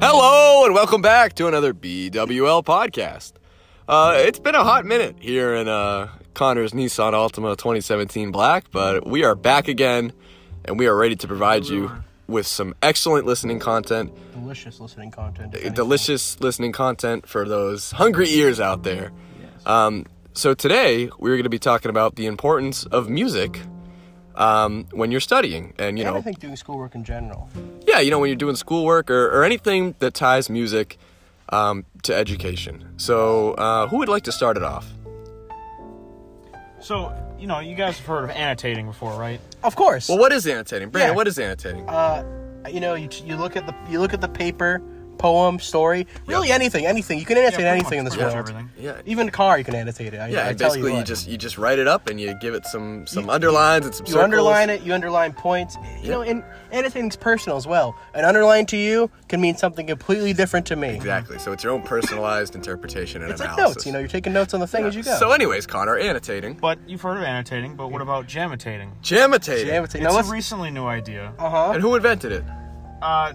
Hello and welcome back to another BWL podcast. Uh, it's been a hot minute here in uh, Connor's Nissan Altima 2017 Black, but we are back again and we are ready to provide you with some excellent listening content, Delicious listening content. if anything. delicious listening content for those hungry ears out there. Um, so today we're going to be talking about the importance of music um, when you're studying and you And I know think doing schoolwork in general. yeah, you know, when you're doing schoolwork or, or anything that ties music um, to education. So, uh, who would like to start it off? So, you know, you guys have heard of annotating before, right? Of course. Well, what is annotating, Brandon? Yeah. What is annotating? uh, you know, you, you look at the you look at the paper, poem, story, really anything, anything. You can annotate pretty anything much- in this pretty much world. everything. yeah, Even a car, you can annotate it. I, yeah. I and tell you, basically, you, what. just you just write it up and you give it some some underlines and some You circles. underline it, you underline points. You know, and annotating's personal as well. An underline to you can mean something completely different to me. Exactly. So it's your own personalized interpretation and It's like analysis. notes, you know, you're taking notes on the thing as you go. So, anyways, Connor, annotating, But you've heard of annotating, but what about jamitating? jamitating, yeah, it's, it's a recently new idea. Uh, uh-huh. and who invented it? I,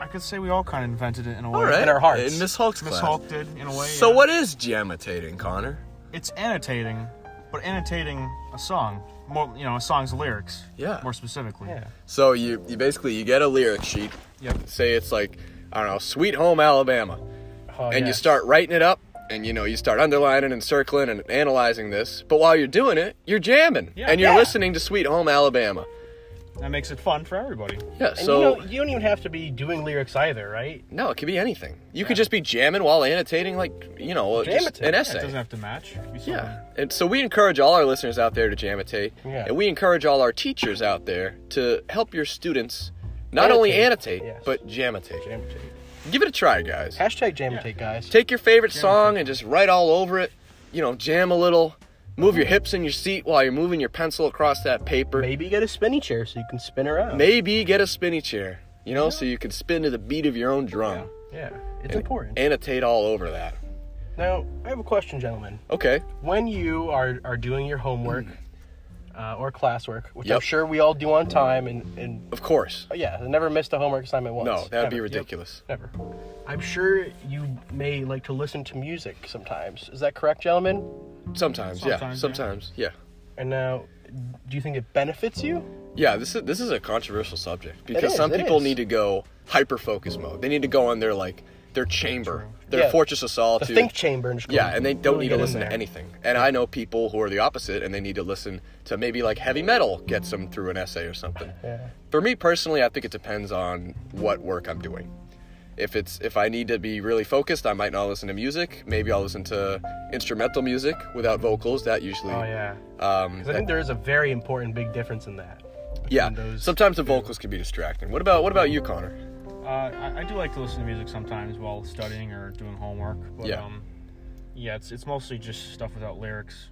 I could say we all kind of invented it in a way. All right, In our hearts. In Miss Hulk's Miss class. Hulk did, in a way. So yeah. what is jamitating, Connor? It's annotating, but annotating a song. More, you know, a song's lyrics. Yeah. More specifically. Yeah. So you, you basically you get a lyric sheet. Yep. Say it's like I don't know, Sweet Home Alabama, Oh, and you yes. start writing it up, and you know you start underlining and circling and analyzing this. But while you're doing it, you're jamming Yeah. and you're Yeah. listening to Sweet Home Alabama. That makes it fun for everybody. Yeah. And So you, know, you don't even have to be doing lyrics either, right? no, it could be anything. You could just be jamming while annotating, like you know, just Jamitating, an yeah, It doesn't essay. have to match. It could be something. Yeah, and so we encourage all our listeners out there to jamitate, Yeah. and we encourage all our teachers out there to help your students not only Annotate, annotate yes. but jamitate. Jam Give it a try, guys. Hashtag jam and take, guys. take your favorite song and just write all over it. You know, jam a little, move Uh-huh. your hips in your seat while you're moving your pencil across that paper. Maybe, Maybe get a spinny chair so you can spin around. get a spinny chair, you know, so you can spin to the beat of your own drum. Yeah, it's important. Annotate all over that. now, I have a question, gentlemen. Okay. When you are, are doing your homework uh, or classwork, which I'm Yep. sure we all do on time, and, and Of course. oh, yeah, I never missed a homework assignment once. No, that would be Never. ridiculous. Yep, never. I'm sure you may like to listen to music sometimes. Is that correct, gentlemen? Sometimes, yeah. Sometimes, yeah. Sometimes, yeah. And now, do you think it benefits you? Yeah, this is this is a controversial subject because is, some it people is. need to go hyper focus mode. They need to go on their like their chamber, their Yeah. fortress of The solitude. think chamber in school. Yeah, and they don't Really need get to in listen to there. anything. And I know people who are the opposite and they need to listen to maybe like heavy metal gets them through an essay or something. Yeah. For me personally, I think it depends on what work I'm doing. If it's if I need to be really focused, I might not listen to music. Maybe I'll listen to instrumental music without vocals. That usually Oh, yeah. um 'Cause I think there is a very important big difference in that. yeah. between those- Sometimes the vocals can be distracting. What about what about you, Connor? Uh, I, I do like to listen to music sometimes while studying or doing homework. But, Yeah. Um, yeah, it's it's mostly just stuff without lyrics.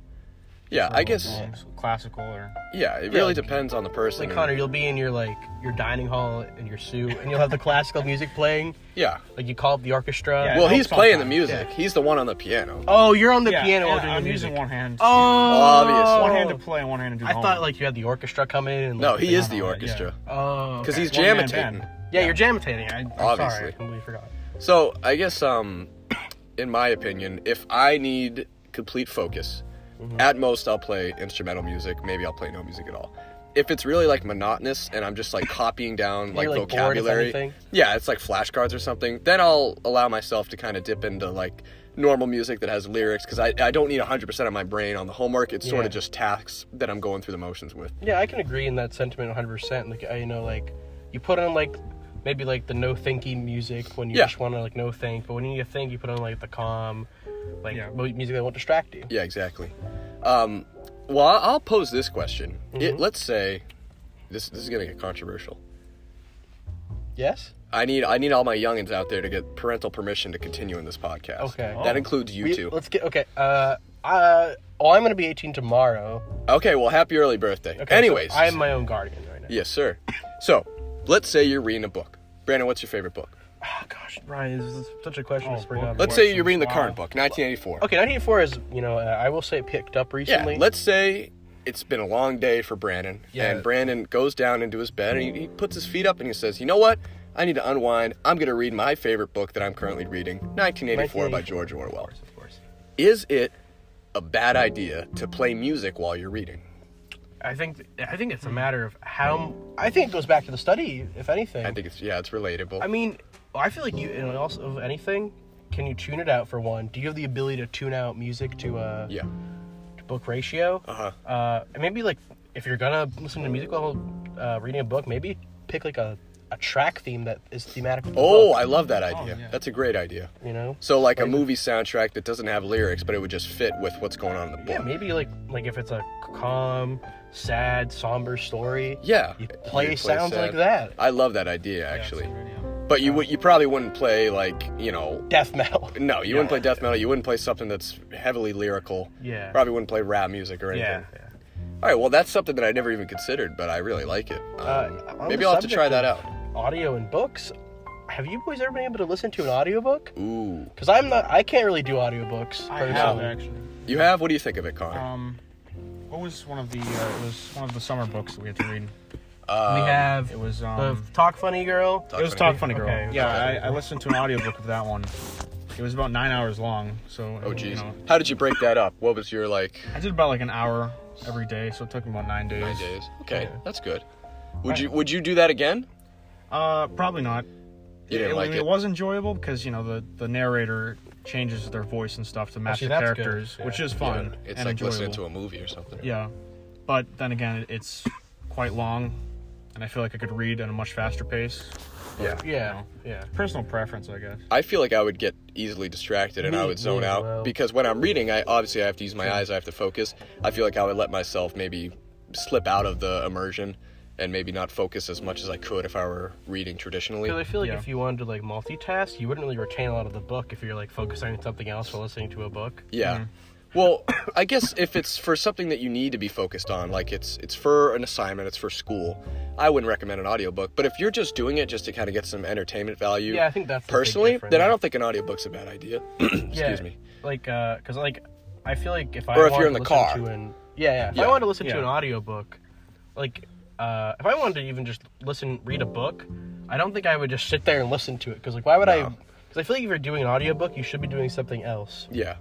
Yeah, or I guess songs, classical or yeah, it really Oh, Yeah. depends on the person. Like and- Connor, you'll be in your like your dining hall in your suit, and you'll have the classical music playing. yeah. Like you call up the orchestra. Yeah. Well, he's playing the sometimes, music. He's the one on the piano. Oh, you're on the Yeah, piano. and while doing I'm the music. using one hand. Oh, Obvious. One hand to play and one hand to do I homework. thought like you had the orchestra come in. And, No, like, he is the yeah. orchestra. Oh, because okay. he's One-man jamitating. band. yeah, you're jamitating. I, I'm sorry, Obviously. I completely forgot. So I guess, um, in my opinion, if I need complete focus, Mm-hmm. at most I'll play instrumental music. Maybe I'll play no music at all. If it's really like monotonous and I'm just like copying down like, You're, like, bored, if vocabulary, anything? yeah, it's like flashcards or something. Then I'll allow myself to kind of dip into like normal music that has lyrics because I, I don't need 100% of my brain on the homework. It's sort Yeah. of just tasks that I'm going through the motions with. Yeah, I can agree in that sentiment 100. percent Like I- you know, like you put on like maybe like the no thinking music when you Yeah. just want to like no think, but when you need to think, you put on like the calm, like Yeah. mu- music that won't distract you. Yeah, exactly. Um, well, I- I'll pose this question. Mm-hmm. It, let's say this this is gonna get controversial. Yes. I need I need all my youngins out there to get parental permission to continue in this podcast. Okay. that Oh. includes you We- two. Let's get okay. Uh, uh, oh, I'm gonna be 18 tomorrow. Okay, well, happy early birthday. Okay, so Anyways, I am my own guardian right now. yes, sir. So, let's say you're reading a book. Brandon, what's your favorite book? Oh gosh, Ryan, this is such a question Oh, to bring boy. up. Let's Works say you're and reading the Smile. current book, 1984. okay, 1984 is you know uh, I will say it picked up Yeah, recently. let's say it's been a long day for Brandon, Yeah. and Brandon goes down into his bed and he, he puts his feet up and he says, "You know what? I need to unwind. I'm going to read my favorite book that I'm currently reading, 1984 by 1984. George Orwell. Of course. Is it a bad idea to play music while you're reading? I think I think it's a matter of how. I think it goes back to the study, if anything. I think it's yeah, it's relatable. I mean, I feel like you and also of anything, can you tune it out for one? Do you have the ability to tune out music to uh yeah. to book ratio? Uh-huh. Uh, and maybe like if you're gonna listen to music while uh, reading a book, maybe pick like a, a track theme that is thematic. to the Oh, book, I love that idea. yeah. That's a great idea. you know. So like a movie soundtrack that doesn't have lyrics, but it would just fit with what's going on in the book. Yeah, maybe like like if it's a calm, sad, somber story. Yeah, you you play play sounds sad. like that. I love that idea actually. but you would you probably wouldn't play like, you know, Death metal. no, you wouldn't play death metal. You wouldn't play something that's heavily lyrical. Yeah. Probably wouldn't play rap music or anything. Yeah. All right, well that's something that I never even considered, but I really like it. Um, Uh, on maybe the I'll have to try subject that of out. Audio and books. Have you boys ever been able to listen to an audiobook? Ooh, Because I'm not. I can't really do audiobooks I have personally. actually. you have? What do you think of it, Connor? Um, what was one of the? Uh, it was one of the summer books that we had to read. Uh, we have. It was. The Um, Talk Funny Girl. Talk it was Funny Talk Girl. Funny Girl. Okay, it was Talk yeah, I, I listened to an audiobook of that one. It was about nine hours long, so Oh, you jeez. know, How did you break that up? What was your like? I did about like an hour every day, so it took me about nine days. Nine days. Okay, that's good. Would you Would you do that again? Uh, probably not. You didn't it, like I mean, it. it was enjoyable because you know the the narrator changes their voice and stuff to match Actually, the that's good. characters, Yeah. which is Yeah, fun. it's and like enjoyable. listening to a movie or something. Yeah, but then again, it- it's quite long, and I feel like I could read at a much faster pace. Yeah. Yeah, yeah. Personal preference, I guess. I feel like I would get easily distracted and I Me- would me zone as out well. because when I'm reading, I obviously I have to use my eyes, I have to focus. I feel like I would let myself maybe slip out of the immersion and maybe not focus as much as I could if I were reading traditionally. Because I feel like Yeah. if you wanted to like multitask, you wouldn't really retain a lot of the book if you're like focusing on something else while listening to a book. Yeah. Well, I guess if it's for something that you need to be focused on, like it's it's for an assignment, it's for school, I wouldn't recommend an audiobook. But if you're just doing it just to kind of get some entertainment value, Yeah, I think that's the big personally, difference. then I don't think an audiobook's a bad idea. Excuse Yeah, me. Like, uh, because like, I feel like if I Or if wanted you're in to the listen car. to an yeah, yeah. If Yeah. I wanted to listen to Yeah. an audiobook, like, uh, if I wanted to even just listen, read a book, I don't think I would just sit there and listen to it. Because like, why would I? No. Because I feel like if you're doing an audiobook, you should be doing something else. Yeah.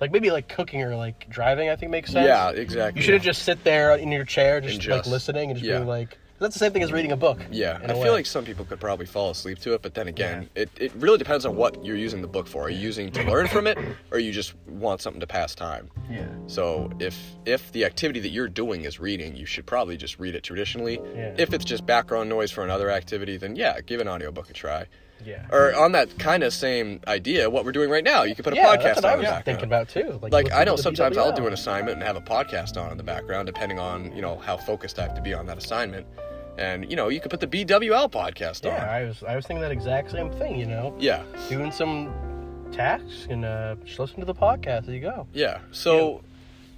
Like maybe like cooking or like driving. I think makes sense. Yeah, exactly. You should have just sit there in your chair, just, And like just- listening and just yeah. being like. That's the same thing as reading a book. Yeah, in I a feel way. like some people could probably fall asleep to it, but then again, it, it really depends on what you're using the book for. Are you using to learn from it, or you just want something to pass time? Yeah. So if if the activity that you're doing is reading, you should probably just read it traditionally. Yeah. If it's just background noise for another activity, then yeah, give an audiobook a try. Yeah. Or on that kind of same idea, what we're doing right now, you could put a yeah, podcast that's what on I in the was background. thinking about too. Like listen I to E? know the sometimes I'll do BWL. an assignment and have a podcast on in the background, depending on you know how focused I have to be on that assignment. And you know you could put the BWL podcast Yeah, on. I was I was thinking that exact same thing. You know, Yeah, doing some tasks and uh, just listen to the podcast. There you go. yeah. So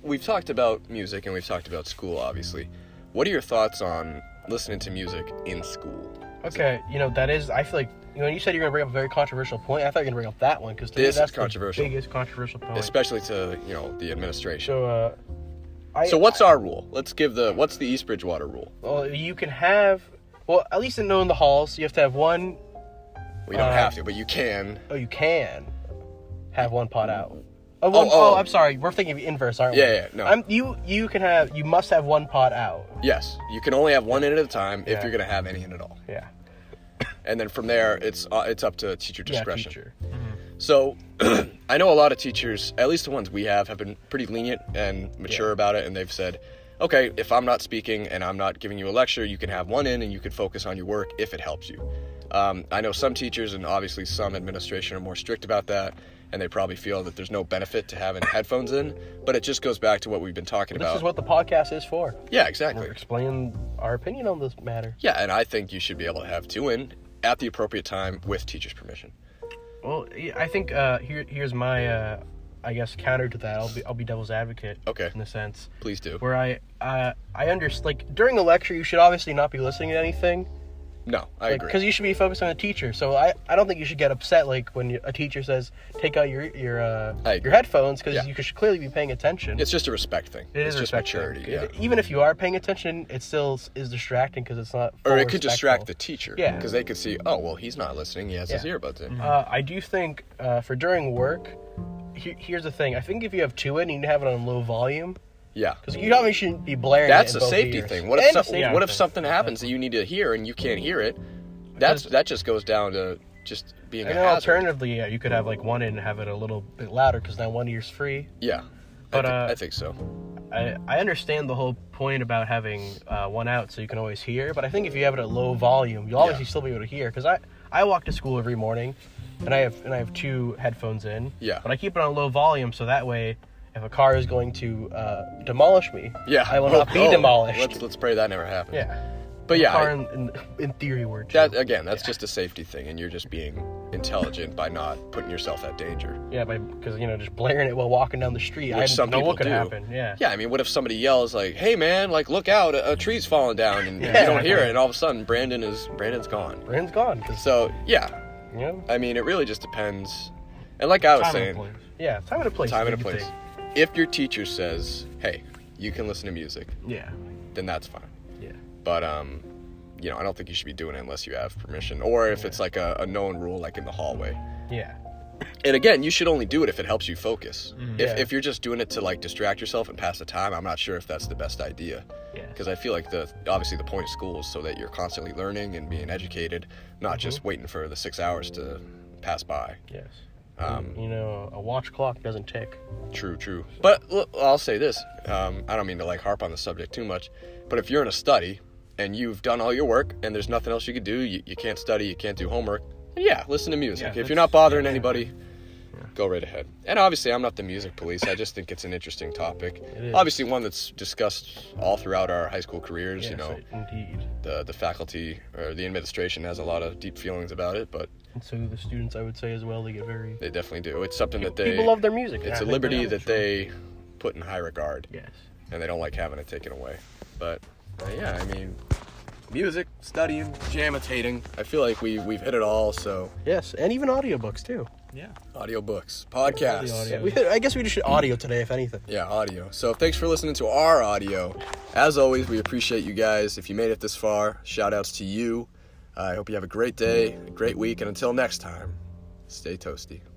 we've talked about music and we've talked about school, obviously. What are your thoughts on listening to music in school? Okay, you know that is. I feel like you know you said you're gonna bring up a very controversial point. I thought you were gonna bring up that one because This is that's controversial. The biggest controversial point. Especially to you know the administration. so, uh, I, So what's our rule? Let's give the what's the East Bridgewater rule? Well, you can have. Well, at least in knowing the halls, you have to have one. We don't Uh, have to, but you can. Oh, you can have one pot out. Oh, Oh, one- oh. oh, I'm sorry. We're thinking of inverse, aren't we? Yeah, yeah, no. I'm, you you can have you must have one pot out. Yes, you can only have one in at a time if Yeah. you're going to have any in at all. Yeah. and then from there it's uh, it's up to teacher Yeah, discretion. teacher. So I know a lot of teachers, at least the ones we have, have been pretty lenient and mature about it, and they've said, okay, if I'm not speaking and I'm not giving you a lecture, you can have one in and you can focus on your work if it helps you. Um, I know some teachers and obviously some administration are more strict about that, and they probably feel that there's no benefit to having headphones in. But it just goes back to what we've been talking This about. is what the podcast is for. yeah, exactly. We're explaining our opinion on this matter. Yeah, and I think you should be able to have two in at the appropriate time with teacher's permission. Well, yeah, I think uh, here here's my uh, I guess counter to that. I'll be I'll be devil's advocate. Okay. In a sense, Please do. where I uh, I understand like during a lecture, you should obviously not be listening to anything. No, I agree. Because you should be focused on the teacher. So I, I don't think you should get upset like when you, a teacher says take out your your uh, I agree. your headphones because Yeah. you should clearly be paying attention. It's just a respect thing. It it's is just respect thing. maturity. It- Yeah. Even if you are paying attention, it still s- is distracting because it's not. Or full it could distract the respectful. teacher. Yeah. Because they could see, oh, well, he's not listening. He has his Yeah. earbuds Mm-hmm. in. Uh, I do think uh, for during work, he- here's the thing. I think if you have two in, you need to have it on low volume Yeah. because you obviously shouldn't be blaring. it That's in a both safety ears. thing. What if, And a some- safety what if thing. something happens that you need to hear and you can't hear it? That's that just goes down to just being I a know. hazard. Alternatively, yeah, you could have like one in and have it a little bit louder because now one ear's free. Yeah. But, I, thi- uh, I think so. I, I understand the whole point about having uh, one out so you can always hear, but I think if you have it at low volume, you'll obviously still be able to hear. Because I, I walk to school every morning, and I have and I have two headphones in. Yeah. But I keep it on low volume so that way, if a car is going to uh, demolish me, Yeah. I will Oh, not be oh, demolished. Let's, let's pray that never happens. yeah. But yeah, car I- in, in, in theory were too. that again, that's just a safety thing, and you're just being intelligent by not putting yourself at danger. yeah, because you know just blaring it while walking down the street. I Which some know people what could do. happen. Yeah. Yeah, I mean, what if somebody yells like, "Hey, man! Like, look out! A, a tree's falling down," and Yeah. you don't hear it, and all of a sudden, Brandon is Brandon's gone. Brand's gone because So yeah, you know. I mean, it really just depends. And like I was Time saying, and place. Yeah, time and a place. time is and a big place. thing. If your teacher says, "Hey, you can listen to music," Yeah. then that's fine. Yeah. But um, you know, I don't think you should be doing it unless you have permission, or if it's like a, a known rule, like in the hallway. Yeah. And again, you should only do it if it helps you focus. If, Mm, Yeah. if you're just doing it to like distract yourself and pass the time, I'm not sure if that's the best idea. Yeah. Because I feel like the obviously the point of school is so that you're constantly learning and being educated, Mm-hmm. not just waiting for the six hours to pass by. Yes. Um, you know, a watch clock doesn't tick. True, true. But l- I'll say this: um, I don't mean to like harp on the subject too much, but if you're in a study and you've done all your work and there's nothing else you could do, you, you can't study, you can't do homework. then yeah, listen to music. Yeah, if you're that's- not bothering anybody, go right ahead. And obviously, I'm not the music police. I just think it's an interesting topic. is. Obviously, one that's discussed all throughout our high school careers. you know, indeed. the the faculty or the administration has a lot of deep feelings about it, but And so the students, I would say as well, they get very. they definitely do. It's something that they People love their music. and I It's a think liberty that's that they put in high regard. true. Yes. and they don't like having it taken away. But uh, yeah, I mean, music, studying, jamitating. I feel like we we've hit it all. So Yes, and even audiobooks too. Yeah. audiobooks, podcasts, audio. We, I guess we just should audio today, if anything. yeah, audio. So thanks for listening to our audio. As always, we appreciate you guys. If you made it this far, shout outs to you. I hope you have a great day, a great week, and until next time, stay toasty.